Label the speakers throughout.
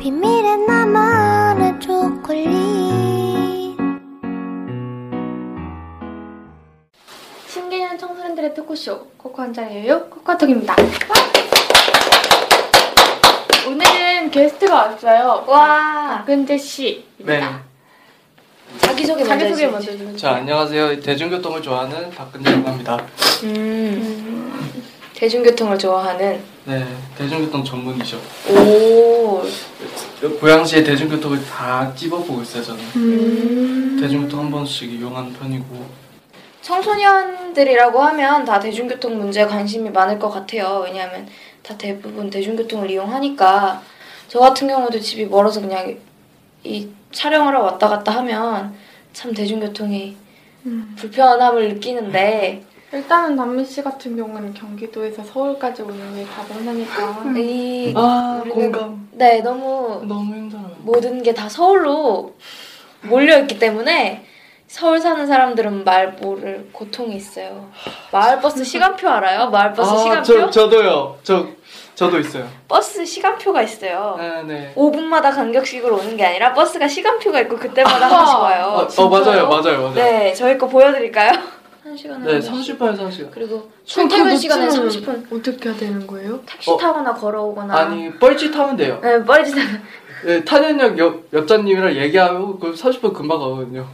Speaker 1: 비밀의 나만의 초콜릿
Speaker 2: 신개년 청소년들의 토크쇼 코코 한 잔이에요 코카톡입니다 오늘은 게스트가 왔어요
Speaker 3: 와.
Speaker 2: 박은재 씨입니다
Speaker 3: 자기소개 먼저
Speaker 2: 자기소개
Speaker 3: 해주세요.
Speaker 2: 먼저 해주세요
Speaker 4: 네. 자 안녕하세요 대중교통을 좋아하는 박근재라고 합니다
Speaker 3: 음. 대중교통을 좋아하는.
Speaker 4: 네 대중교통 전문이죠
Speaker 3: 오.
Speaker 4: 고양시의 대중교통을 다 찝어보고 있어요 저는
Speaker 3: 음.
Speaker 4: 대중교통 한 번씩 이용하는 편이고
Speaker 3: 청소년들이라고 하면 다 대중교통 문제에 관심이 많을 것 같아요. 왜냐하면 다 대부분 대중교통을 이용하니까 저 같은 경우도 집이 멀어서 그냥 이 촬영을 하러 왔다 갔다 하면 참 대중교통이
Speaker 2: 음.
Speaker 3: 불편함을 느끼는데
Speaker 2: 일단은 남미 씨 같은 경우는 경기도에서 서울까지 오는 게 가본사니까
Speaker 3: 음.
Speaker 2: 네.
Speaker 3: 이,
Speaker 4: 아
Speaker 3: 우리는- 네 너무
Speaker 4: 너무 힘들어요
Speaker 3: 모든 게 다 서울로 몰려있기 때문에 서울 사는 사람들은 말 모를 고통이 있어요. 마을버스 시간표 알아요? 마을버스 시간표?
Speaker 4: 저, 저도요 저, 저도 있어요
Speaker 3: 버스 시간표가 있어요.
Speaker 4: 네네
Speaker 3: 5분마다 간격식으로 오는 게 아니라 버스가 시간표가 있고 그때마다
Speaker 2: 아하.
Speaker 3: 하나씩 와요.
Speaker 4: 어, 어 맞아요 맞아요 맞아요 네,
Speaker 3: 네, 저희 거 보여드릴까요? 1시간 네,
Speaker 4: 30분에 30분
Speaker 3: 그리고 출퇴근 시간에 30분
Speaker 2: 어떻게 해야 되는 거예요?
Speaker 3: 택시
Speaker 4: 어.
Speaker 3: 타거나 걸어오거나
Speaker 4: 아니 뻘짓 하면 돼요
Speaker 3: 네, 빨리 지나
Speaker 4: 네, 탄현역 옆, 옆자님이랑 얘기하고 그 30분 금방 가거든요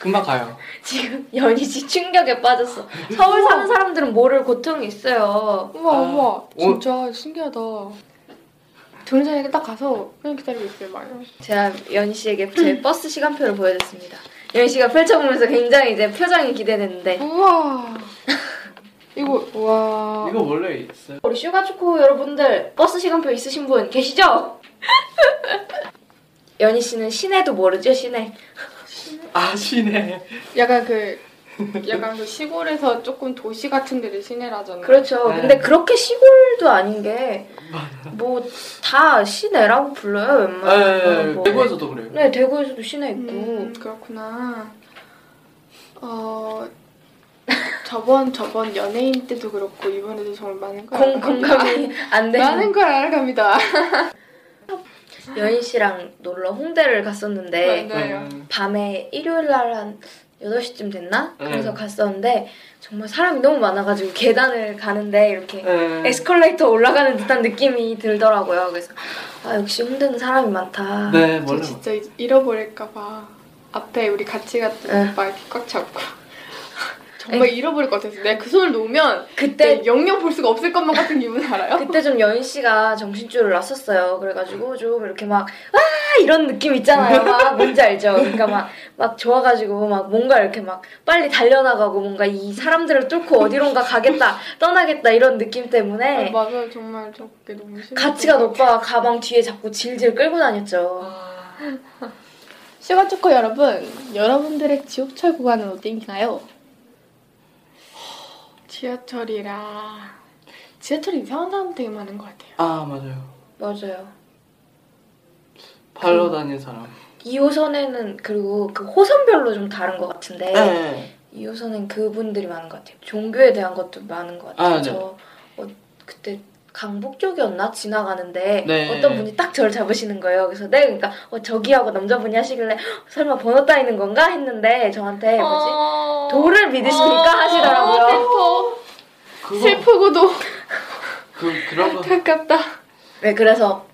Speaker 4: 금방 가요
Speaker 3: 지금 연희지 충격에 빠졌어. 서울 사는 사람들은 모를 고통이 있어요.
Speaker 2: 우와
Speaker 4: 아,
Speaker 2: 우와
Speaker 4: 오-
Speaker 2: 진짜 신기하다 정류장에 딱 가서 그냥 기다리고 있어요 막
Speaker 3: 제가 연희 씨에게
Speaker 4: 음.
Speaker 3: 제 버스 시간표를 보여줬습니다. 연희 씨가 펼쳐보면서 굉장히 이제 표정이 기대되는데
Speaker 2: 우와 이거 우와
Speaker 4: 이거 원래 있어요
Speaker 3: 우리 슈가초코 여러분들 버스 시간표 있으신 분 계시죠? 연희 씨는 시내도 모르죠 시내.
Speaker 4: 아시네
Speaker 2: 약간 그 약간 그 시골에서 조금 도시 같은 데를 시내라잖아요
Speaker 3: 그렇죠.
Speaker 4: 네.
Speaker 3: 근데 그렇게 시골도 아닌 게 뭐 다 시내라고 불러요 웬만하면.
Speaker 4: 네,
Speaker 3: 뭐.
Speaker 4: 대구에서도 그래요
Speaker 3: 네 대구에서도 시내 있고.
Speaker 2: 음, 그렇구나. 어 저번 저번 연예인 때도 그렇고 이번에도 정말 많은 걸
Speaker 3: 공,
Speaker 2: 알아갑니다.
Speaker 3: 공감이 안 되는
Speaker 2: 많은 걸 알아갑니다.
Speaker 3: 연희 씨랑 놀러 홍대를 갔었는데
Speaker 2: 맞아요.
Speaker 3: 밤에 일요일 날 한 8시쯤 됐나?
Speaker 4: 네.
Speaker 3: 그래서 갔었는데 정말 사람이 너무 많아가지고 계단을 가는데 이렇게
Speaker 4: 네.
Speaker 3: 에스컬레이터 올라가는 듯한 느낌이 들더라고요. 그래서 아 역시 홍대는 사람이 많다.
Speaker 4: 네,
Speaker 2: 저
Speaker 4: 원래
Speaker 2: 진짜 잊- 잃어버릴까봐 앞에 우리 같이 갔던
Speaker 3: 응.
Speaker 2: 오빠 이렇게 꽉 잡고 정말 잃어버릴 것 같았어. 내가 그 손을 놓으면
Speaker 3: 그때
Speaker 2: 진짜 영영 볼 수가 없을 것만 같은 기분 알아요?
Speaker 3: 그때 좀 여인 씨가 정신줄을 놨었어요. 그래가지고 좀 이렇게 막 와 이런 느낌 있잖아요. 막 뭔지 알죠? 그러니까 막 막 좋아가지고 막 뭔가 이렇게 막 빨리 달려나가고 뭔가 이 사람들을 뚫고 어디론가 가겠다 떠나겠다 이런 느낌 때문에
Speaker 2: 아, 맞아요, 정말 저게 너무 싫어.
Speaker 3: 같이 간 오빠가 가방 뒤에 잡고 질질 끌고 다녔죠.
Speaker 2: 시가초코 여러분, 여러분들의 지옥철 구간은 어디인가요? 지하철이라 지하철이 이상한 사람 되게 많은 것 같아요.
Speaker 4: 아 맞아요.
Speaker 3: 맞아요.
Speaker 4: 발로 다니는 사람.
Speaker 3: 2호선에는 그리고 그 호선별로 좀 다른 것 같은데
Speaker 4: 네.
Speaker 3: 2호선엔 그분들이 많은 것 같아요. 종교에 대한 것도 많은 것 같아요.
Speaker 4: 아, 네.
Speaker 3: 저 어, 그때 강북 쪽이었나 지나가는데
Speaker 4: 네.
Speaker 3: 어떤 분이 딱 저를 잡으시는 거예요. 그래서 네 그러니까 어, 저기 하고 남자분이 하시길래 헉, 설마 번호 따이는 건가 했는데
Speaker 2: 네,
Speaker 3: 저한테
Speaker 2: 어.
Speaker 3: 뭐지 도를 믿으십니까 하시더라고요.
Speaker 2: 슬퍼.
Speaker 4: 그거
Speaker 2: 슬프고도
Speaker 4: 그 그런 거.
Speaker 2: 가깝다.
Speaker 3: 네 그래서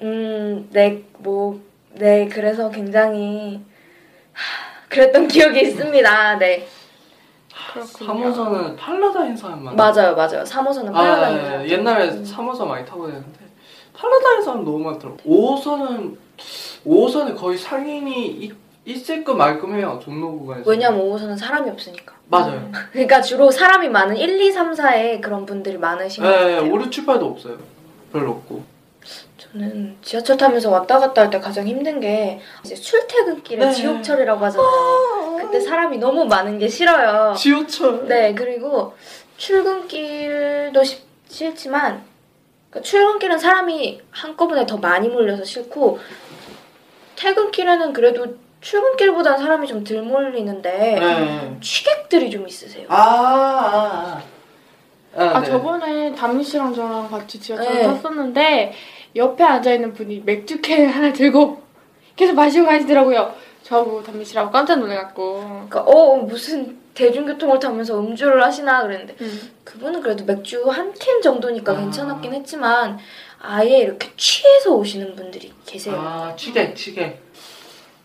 Speaker 3: 음네뭐네 그래서 굉장히 하, 그랬던 기억이 있습니다. 네
Speaker 2: 그렇군요.
Speaker 4: 3호선은 팔로 다니는 사람 많아.
Speaker 3: 맞아요 맞아요 3호선은 팔라다니는
Speaker 4: 아,
Speaker 3: 아,
Speaker 4: 네. 옛날에 3호선 많이 타고 다녔는데 팔로 다니는 사람 너무 많더라고. 5호선은 5호선은 거의 상인이 있, 있을끔 말끔 해요 종로 구간에서.
Speaker 3: 왜냐면 5호선은 사람이 없으니까.
Speaker 4: 맞아요.
Speaker 3: 그러니까 주로 사람이 많은 1, 2, 3, 4에 그런 분들이 많으신 것
Speaker 4: 네,
Speaker 3: 같아요.
Speaker 4: 오류 출발도 없어요. 별로 없고.
Speaker 3: 저는 지하철 타면서 왔다 갔다 할 때 가장 힘든 게 이제 출퇴근길에
Speaker 4: 네.
Speaker 3: 지옥철이라고 하잖아요. 그때 사람이 너무 많은 게 싫어요.
Speaker 4: 지하철.
Speaker 3: 네, 그리고 출근길도 싫- 싫지만 그러니까 출근길은 사람이 한꺼번에 더 많이 몰려서 싫고 퇴근길에는 그래도 출근길보다는 사람이 좀 덜 몰리는데
Speaker 4: 네.
Speaker 3: 취객들이 좀 있으세요.
Speaker 4: 아, 아, 아. 아,
Speaker 2: 아
Speaker 4: 네.
Speaker 2: 저번에 담임 씨랑 저랑 같이 지하철
Speaker 3: 네.
Speaker 2: 탔었는데 옆에 앉아 있는 분이 맥주 캔 하나 들고 계속 마시고 가시더라고요. 저하고 담임 씨라고 깜짝 놀래갖고.
Speaker 3: 그러니까 어 무슨 대중교통을 타면서 음주를 하시나 그랬는데
Speaker 2: 음.
Speaker 3: 그분은 그래도 맥주 한 캔 정도니까
Speaker 4: 아.
Speaker 3: 괜찮았긴 했지만 아예 이렇게 취해서 오시는 분들이 계세요.
Speaker 4: 아, 취객, 취객.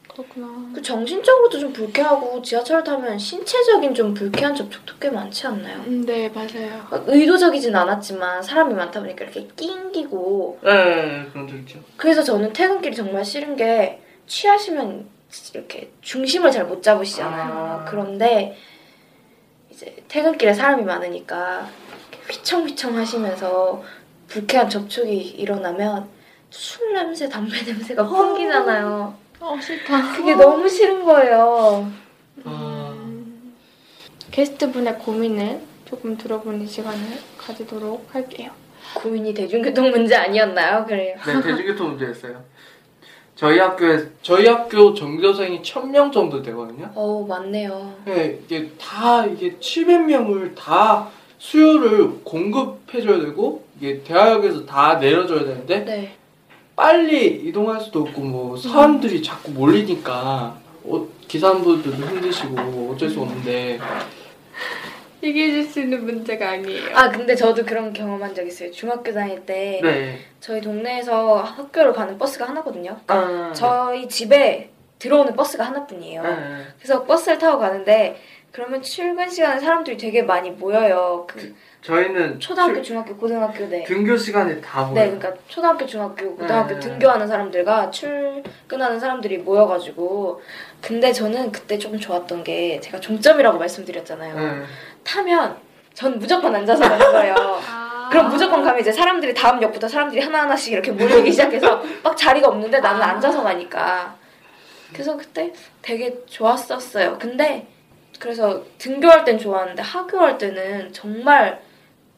Speaker 2: 그렇구나.
Speaker 3: 그 정신적으로도 좀 불쾌하고 지하철 타면 신체적인 좀 불쾌한 접촉도 꽤 많지 않나요?
Speaker 2: 음, 네 맞아요.
Speaker 3: 의도적이진 않았지만 사람이 많다 보니까 이렇게 낑기고
Speaker 4: 네, 그런 적 있죠.
Speaker 3: 그래서 저는 퇴근길이 정말 싫은 게 취하시면 이렇게 중심을 잘 못 잡으시잖아요.
Speaker 4: 아.
Speaker 3: 그런데 이제 퇴근길에 사람이 많으니까 이렇게 휘청휘청 하시면서 불쾌한 접촉이 일어나면 술 냄새, 담배 냄새가 풍기잖아요.
Speaker 2: 어 싫다.
Speaker 3: 그게 너무 싫은 거예요.
Speaker 4: 아.
Speaker 2: 음. 게스트분의 고민을 조금 들어보는 시간을 가지도록 할게요.
Speaker 3: 고민이 대중교통 문제 아니었나요? 그래요.
Speaker 4: 네, 대중교통 문제였어요. 저희 학교에 저희 학교 전교생이 1000명 정도 되거든요.
Speaker 3: 어우, 맞네요.
Speaker 4: 네, 이게 다 이게 700명을 다 수요를 공급해 줘야 되고 이게 대학에서 다 내려줘야 되는데
Speaker 3: 네.
Speaker 4: 빨리 이동할 수도 없고 뭐 사람들이 자꾸 몰리니까 어, 기사분들도 힘드시고 어쩔 수 없는데
Speaker 2: 얘기해줄 수 있는 문제가 아니에요.
Speaker 3: 아, 근데 저도 그런 경험한 적 있어요. 중학교 다닐 때
Speaker 4: 네.
Speaker 3: 저희 동네에서 학교를 가는 버스가 하나거든요.
Speaker 4: 아,
Speaker 3: 저희 집에 들어오는 버스가 하나뿐이에요.
Speaker 4: 네.
Speaker 3: 그래서 버스를 타고 가는데 그러면 출근 시간에 사람들이 되게 많이 모여요. 그
Speaker 4: 저희는
Speaker 3: 초등학교,
Speaker 4: 출-
Speaker 3: 중학교, 고등학교 네.
Speaker 4: 등교 시간에 다
Speaker 3: 네,
Speaker 4: 모여요.
Speaker 3: 그러니까 초등학교, 중학교, 고등학교
Speaker 4: 네.
Speaker 3: 등교하는 사람들과 출근하는 사람들이 모여가지고 근데 저는 그때 조금 좋았던 게 제가 종점이라고 말씀드렸잖아요.
Speaker 4: 네.
Speaker 3: 타면 전 무조건 앉아서 가는 거예요.
Speaker 2: 아.
Speaker 3: 그럼 무조건 가면 이제 사람들이 다음 역부터 사람들이 하나하나씩 이렇게 몰리기 시작해서 막 자리가 없는데 나는
Speaker 2: 아.
Speaker 3: 앉아서 가니까. 그래서 그때 되게 좋았었어요. 근데 그래서 등교할 땐 좋았는데 하교할 때는 정말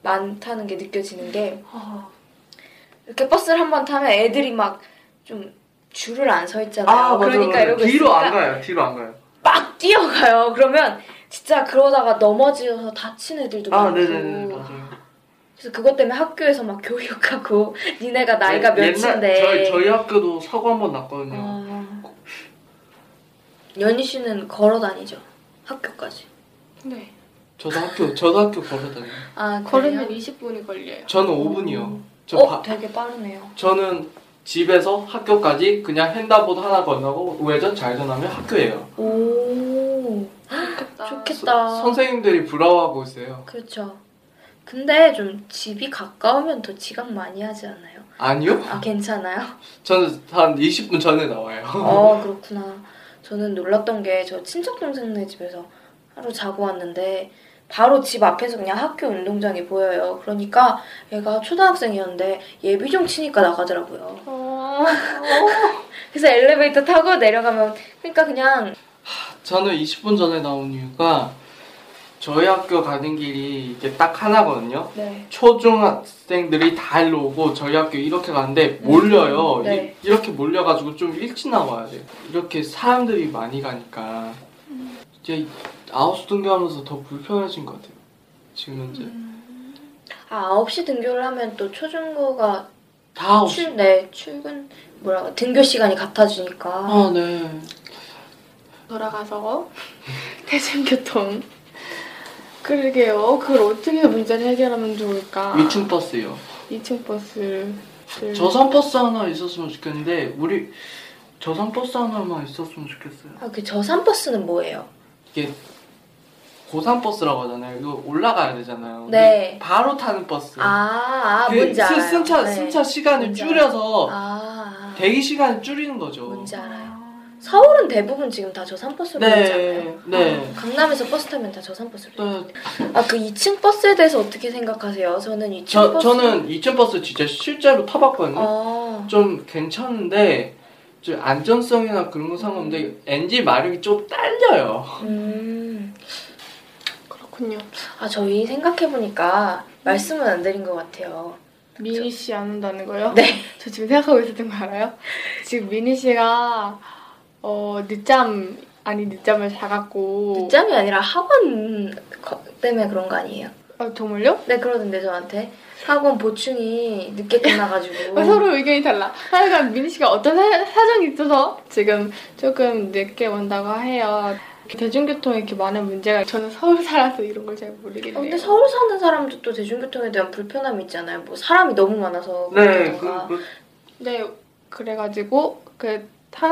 Speaker 3: 많다는 게 느껴지는 게
Speaker 2: 어.
Speaker 3: 이렇게 버스를 한 번 타면 애들이 막 좀 줄을 안 서 있잖아요.
Speaker 4: 아, 맞아,
Speaker 3: 그러니까
Speaker 4: 맞아.
Speaker 3: 이러고
Speaker 4: 뒤로
Speaker 3: 있으니까
Speaker 4: 안 가요. 뒤로 안 가요.
Speaker 3: 막 뛰어가요. 그러면 진짜 그러다가 넘어지어서 다친 애들도
Speaker 4: 아,
Speaker 3: 많고.
Speaker 4: 네네네. 맞아요.
Speaker 3: 그래서 그것 때문에 학교에서 막 교육하고 니네가 나이가
Speaker 4: 예-
Speaker 3: 몇인데
Speaker 4: 옛날 저희, 저희 학교도 사고 한 번 났거든요.
Speaker 3: 아. 연희 씨는 걸어 다니죠 학교까지
Speaker 2: 네.
Speaker 4: 저도 학교 저도 학교 걸어 다녀요.
Speaker 3: 아
Speaker 2: 걸으면
Speaker 3: 그래요?
Speaker 2: 20분이 걸려요.
Speaker 4: 저는 5분이요. 저
Speaker 3: 어
Speaker 4: 바-
Speaker 3: 되게 빠르네요
Speaker 4: 저는 집에서 학교까지 그냥 횡단보도 하나 건너고 우회전 좌회전하면 학교예요.
Speaker 3: 오
Speaker 2: 좋겠다.
Speaker 3: 좋겠-
Speaker 4: 서-
Speaker 3: 됐다.
Speaker 4: 선생님들이 부러워하고 있어요.
Speaker 3: 그렇죠 근데 좀 집이 가까우면 더 지각 많이 하지 않아요?
Speaker 4: 아니요?
Speaker 3: 아 괜찮아요?
Speaker 4: 저는 한 20분 전에 나와요.
Speaker 3: 어 그렇구나 저는 놀랐던 게 저 친척 동생네 집에서 하루 자고 왔는데 바로 집 앞에서 그냥 학교 운동장이 보여요 그러니까 얘가 초등학생이었는데 예비종 치니까 나가더라고요
Speaker 2: 어.
Speaker 3: 그래서 엘리베이터 타고 내려가면 그러니까 그냥
Speaker 4: 저는 20분 전에 나온 이유가 저희 학교 가는 길이 이게 딱 하나거든요.
Speaker 3: 네.
Speaker 4: 초중학생들이 다 일로 오고 저희 학교 이렇게 가는데 몰려요.
Speaker 3: 네.
Speaker 4: 이, 렇게 몰려가지고 좀 일찍 나와야 돼요. 이렇게 사람들이 많이 가니까 이제 아홉 수 등교하면서 더 불편해진 것 같아요. 지금 현재
Speaker 3: 아 9시 등교를 하면 또 초중고가
Speaker 4: 다 아홉 시.
Speaker 3: 출, 네, 출근 뭐라 등교 시간이 같아지니까
Speaker 4: 아 네.
Speaker 2: 돌아가서 대중교통. 그러게요. 그걸 어떻게 문제를 해결하면 좋을까?
Speaker 4: 위층 버스요.
Speaker 2: 2층 버스를. 네.
Speaker 4: 저선 버스 하나 있었으면 좋겠는데 우리 저선 버스 하나만 있었으면 좋겠어요.
Speaker 3: 아, 그 저산버스는 뭐예요?
Speaker 4: 이게 고산 버스라고 하잖아요. 이거 올라가야 되잖아요.
Speaker 3: 네.
Speaker 4: 바로 타는 버스.
Speaker 3: 아, 아
Speaker 4: 그
Speaker 3: 뭔지
Speaker 4: 스-
Speaker 3: 알아요
Speaker 4: 승차
Speaker 3: 네.
Speaker 4: 승차 시간을
Speaker 3: 뭔지
Speaker 4: 줄여서
Speaker 3: 아, 아.
Speaker 4: 대기 시간을 줄이는 거죠.
Speaker 3: 뭔지 알아요 서울은 대부분 지금 다 저산버스로 되지 않아요?
Speaker 4: 네, 네.
Speaker 3: 강남에서 버스 타면 다 저산버스로 돼요.
Speaker 4: 네.
Speaker 3: 아, 그 2층 버스에 대해서 어떻게 생각하세요? 저는 2층
Speaker 4: 저
Speaker 3: 버스
Speaker 4: 저는 2층 버스 진짜 실제로 타봤거든요.
Speaker 3: 아, 어.
Speaker 4: 좀 괜찮은데 좀 안전성이나 그런 거 상관없는데 NG 마력이 좀 딸려요.
Speaker 3: 음.
Speaker 2: 그렇군요.
Speaker 3: 아 저희 생각해 보니까 말씀은 안 드린 것 같아요.
Speaker 2: 미니 씨 안 온다는 거요?
Speaker 3: 네.
Speaker 2: 저 지금 생각하고 있었던 거 알아요? 지금 미니 씨가 어 늦잠 아니 늦잠을 자갖고
Speaker 3: 늦잠이 아니라 학원 거- 때문에 그런 거 아니에요?
Speaker 2: 아 정말요?
Speaker 3: 네 그러던데 저한테 학원 보충이 늦게 끝나가지고
Speaker 2: 아, 서로 의견이 달라. 하여간 미니 씨가 어떤 사, 사정이 있어서 지금 조금 늦게 온다고 해요. 대중교통에 이렇게 많은 문제가 저는 서울 살아서 이런 걸 잘
Speaker 3: 어,
Speaker 2: 모르겠네요.
Speaker 3: 근데 서울 사는 사람도 또 대중교통에 대한 불편함이 있잖아요. 뭐 사람이 너무 많아서
Speaker 4: 네,
Speaker 3: 그런가.
Speaker 4: 그, 그,
Speaker 2: 네, 그래가지고 그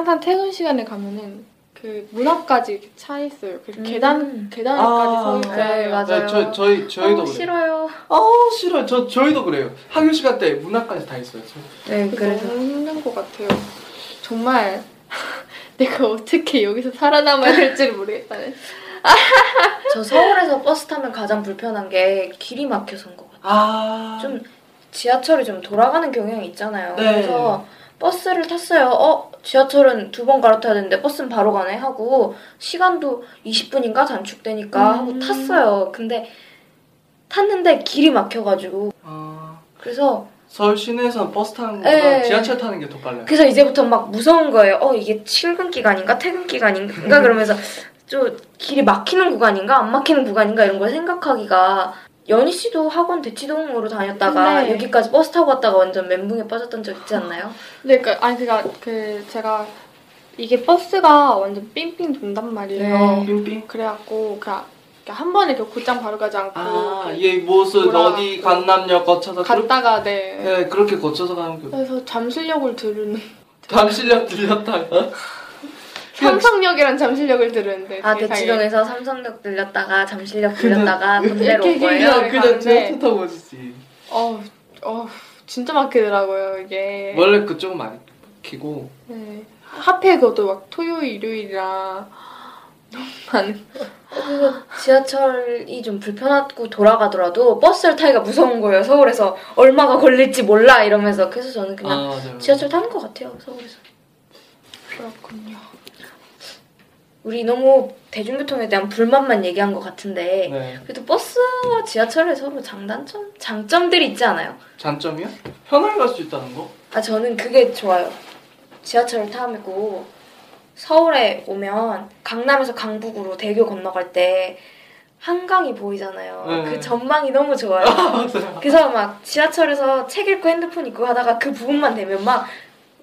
Speaker 2: 항상 퇴근 시간에 가면은 그 문 앞까지 이렇게 차 있어요. 그
Speaker 3: 음.
Speaker 2: 계단 계단까지
Speaker 4: 아,
Speaker 2: 서 있어요.
Speaker 3: 네, 맞아요.
Speaker 4: 네, 저, 저희 저희도
Speaker 3: 어,
Speaker 4: 그래요.
Speaker 3: 싫어요.
Speaker 4: 아 싫어요. 저 저희도 그래요. 학교 시간 때 문학까지 다 있어요. 저.
Speaker 3: 네 그래서
Speaker 2: 너무 힘든 것 같아요. 정말 내가 어떻게 여기서 살아남아야 될지 모르겠다는.
Speaker 3: 저 서울에서 버스 타면 가장 불편한 게 길이 막혀서인 것 같아요.
Speaker 4: 아
Speaker 3: 좀 지하철이 좀 돌아가는 경향이 있잖아요.
Speaker 4: 네.
Speaker 3: 그래서 버스를 탔어요. 어, 지하철은 두 번 갈아타야 되는데 버스는 바로 가네 하고 시간도 20분인가 단축되니까 하고
Speaker 2: 음.
Speaker 3: 탔어요. 근데 tas는데 길이 막혀가지고
Speaker 4: 아,
Speaker 3: 그래서
Speaker 4: 서울 시내에서 버스 타는 것보다
Speaker 3: 네.
Speaker 4: 지하철 타는 게 더 빨라요.
Speaker 3: 그래서 이제부터 막 무서운 거예요. 어, 이게 출근 기간인가 퇴근 기간인가 그러면서 좀 길이 막히는 구간인가 안 막히는 구간인가 이런 걸 생각하기가 연희 씨도 학원 대치동으로 다녔다가
Speaker 2: 네.
Speaker 3: 여기까지 버스 타고 왔다가 완전 멘붕에 빠졌던 적 있지 않나요?
Speaker 2: 네, 그 아니 그니까 그 제가 이게 버스가 완전 삥삥 돈단 말이에요.
Speaker 3: 네.
Speaker 4: 어, 빙빙.
Speaker 2: 그래갖고 그냥 한 번에 이렇게 곧장 바로 가지 않고 이렇게
Speaker 4: 아얘 무엇을
Speaker 2: 돌아가고.
Speaker 4: 어디 관남역 거쳐서 그렇게,
Speaker 2: 갔다가 네.
Speaker 4: 네, 그렇게 거쳐서 가는 거.
Speaker 2: 그래서 잠실역을 들은
Speaker 4: 잠실역 들렸다가
Speaker 2: 삼성역이란 잠실역을 네, 들었는데
Speaker 3: 아
Speaker 2: 세상에.
Speaker 3: 대치동에서 삼성역 들렸다가 잠실역 들렸다가 군대로 온
Speaker 2: 이렇게
Speaker 3: 거예요.
Speaker 2: 길게
Speaker 4: 그냥 그냥
Speaker 2: 가는데.
Speaker 4: 지하철 타고 오지.
Speaker 2: 어우 어우 진짜 막히더라고요 이게
Speaker 4: 원래 그쪽은 많이 키고
Speaker 2: 네. 하필 그것도 막 토요일 일요일이라 너무 많은
Speaker 3: 그래서 지하철이 좀 불편하고 돌아가더라도 버스를 타기가 무서운 거예요. 서울에서 얼마가 걸릴지 몰라 이러면서 그래서 저는 그냥
Speaker 4: 아, 맞아요.
Speaker 3: 지하철 타는 것 같아요. 서울에서
Speaker 2: 그렇군요
Speaker 3: 우리 너무 대중교통에 대한 불만만 얘기한 것 같은데
Speaker 4: 네.
Speaker 3: 그래도 버스와 지하철의 서로 장단점 장점들이 있지 않아요?
Speaker 4: 장점이요? 편하게 갈 수 있다는 거?
Speaker 3: 아 저는 그게 좋아요. 지하철을 타고 서울에 오면 강남에서 강북으로 대교 건너갈 때 한강이 보이잖아요.
Speaker 4: 네.
Speaker 3: 그 전망이 너무 좋아요.
Speaker 4: 맞아요.
Speaker 3: 그래서 막 지하철에서 책 읽고 핸드폰 읽고 하다가 그 부분만 되면 막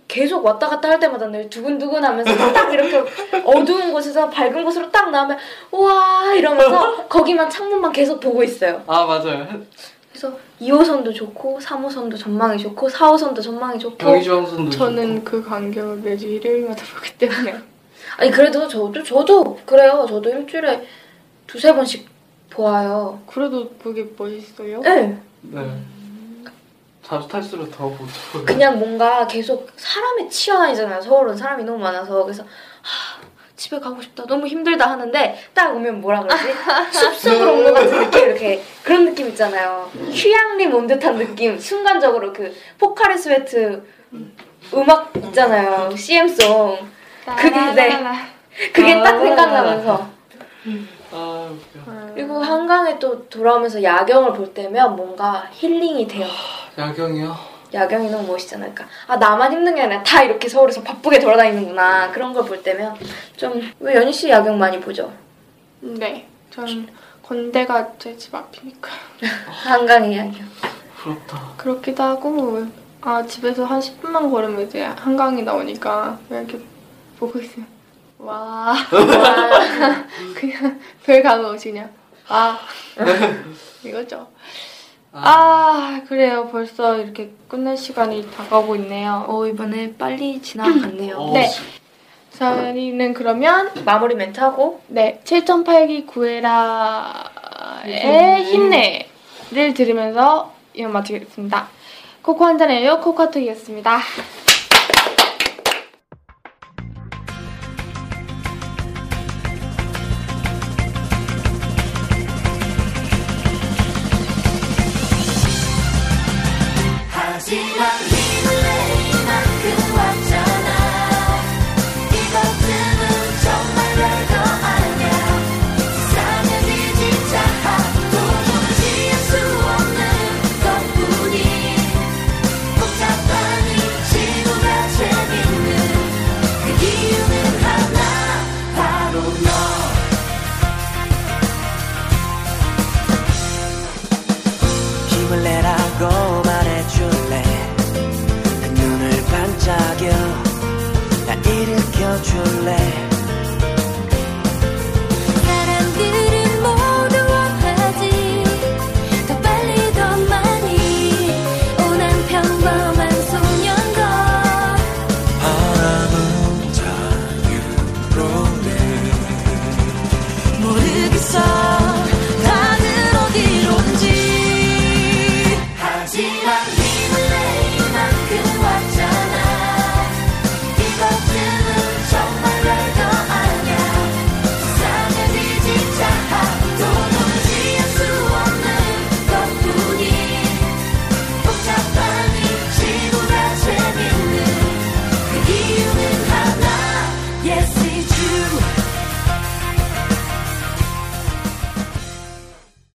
Speaker 3: 계속 왔다 갔다 할 때마다 늘 두근두근 하면서 딱 이렇게 어두운 곳에서 밝은 곳으로 딱 나오면 우와 이러면서 거기만 창문만 계속 보고 있어요.
Speaker 4: 아 맞아요.
Speaker 3: 그래서 2호선도 좋고 3호선도 전망이 좋고 4호선도 전망이 좋고
Speaker 4: 경의중앙선도
Speaker 2: 저는 그 광경을 매주 일요일마다 보기 때문에
Speaker 3: 아니 그래도 저도 저도 그래요 저도 일주일에 두세 번씩 보아요
Speaker 2: 그래도 그게 멋있어요
Speaker 3: 네
Speaker 4: 좋고. 네. 자주 탈수록 더 보죠.
Speaker 3: 그냥 뭔가 계속 사람에 치여다니잖아요 서울은 사람이 너무 많아서 그래서 하, 집에 가고 싶다 너무 힘들다 하는데 딱 오면 뭐라 그러지 숲속으로 온 것 같은 느낌 이렇게 그런 느낌 있잖아요 휴양림 온 듯한 느낌 순간적으로 그 포카리 스웨트 음악 있잖아요 CM송 그게- 네.
Speaker 2: 따라라라.
Speaker 3: 그게 딱 생각나면서
Speaker 4: 아 웃겨.
Speaker 2: 아,
Speaker 3: 그리고 한강에 또 돌아오면서 야경을 볼 때면 뭔가 힐링이 돼요.
Speaker 4: 야경이요?
Speaker 3: 야경이 너무 멋있잖아요. 그러니까 아 나만 힘든 게 아니라 다 이렇게 서울에서 바쁘게 돌아다니는구나 그런 걸 볼 때면 좀 왜 연희 씨 야경 많이 보죠?
Speaker 2: 네 저는 건대가 제 집 앞이니까
Speaker 3: 한강의 야경.
Speaker 4: 부럽다.
Speaker 2: 그렇기도 하고 아 집에서 한 10분만 걸으면 이제 한강이 나오니까 그냥 이렇게 보고 있어요 와
Speaker 3: 와,
Speaker 2: 그냥 별 감흥 없이 그냥 아 이거죠 아 그래요 벌써 이렇게 끝날 시간이 다가오고 있네요
Speaker 3: 어 이번에 빨리 지나갔네요.
Speaker 4: 어,
Speaker 2: 네.
Speaker 4: 지-
Speaker 2: 저희는 그러면
Speaker 3: 마무리 멘트 하고
Speaker 2: 네 7.8기 구해라의 힘내를 들으면서 이만 마치겠습니다 코코 한잔해요 코코아톡이었습니다
Speaker 1: 하지만 힘을 내 이만 그
Speaker 5: 안아줄래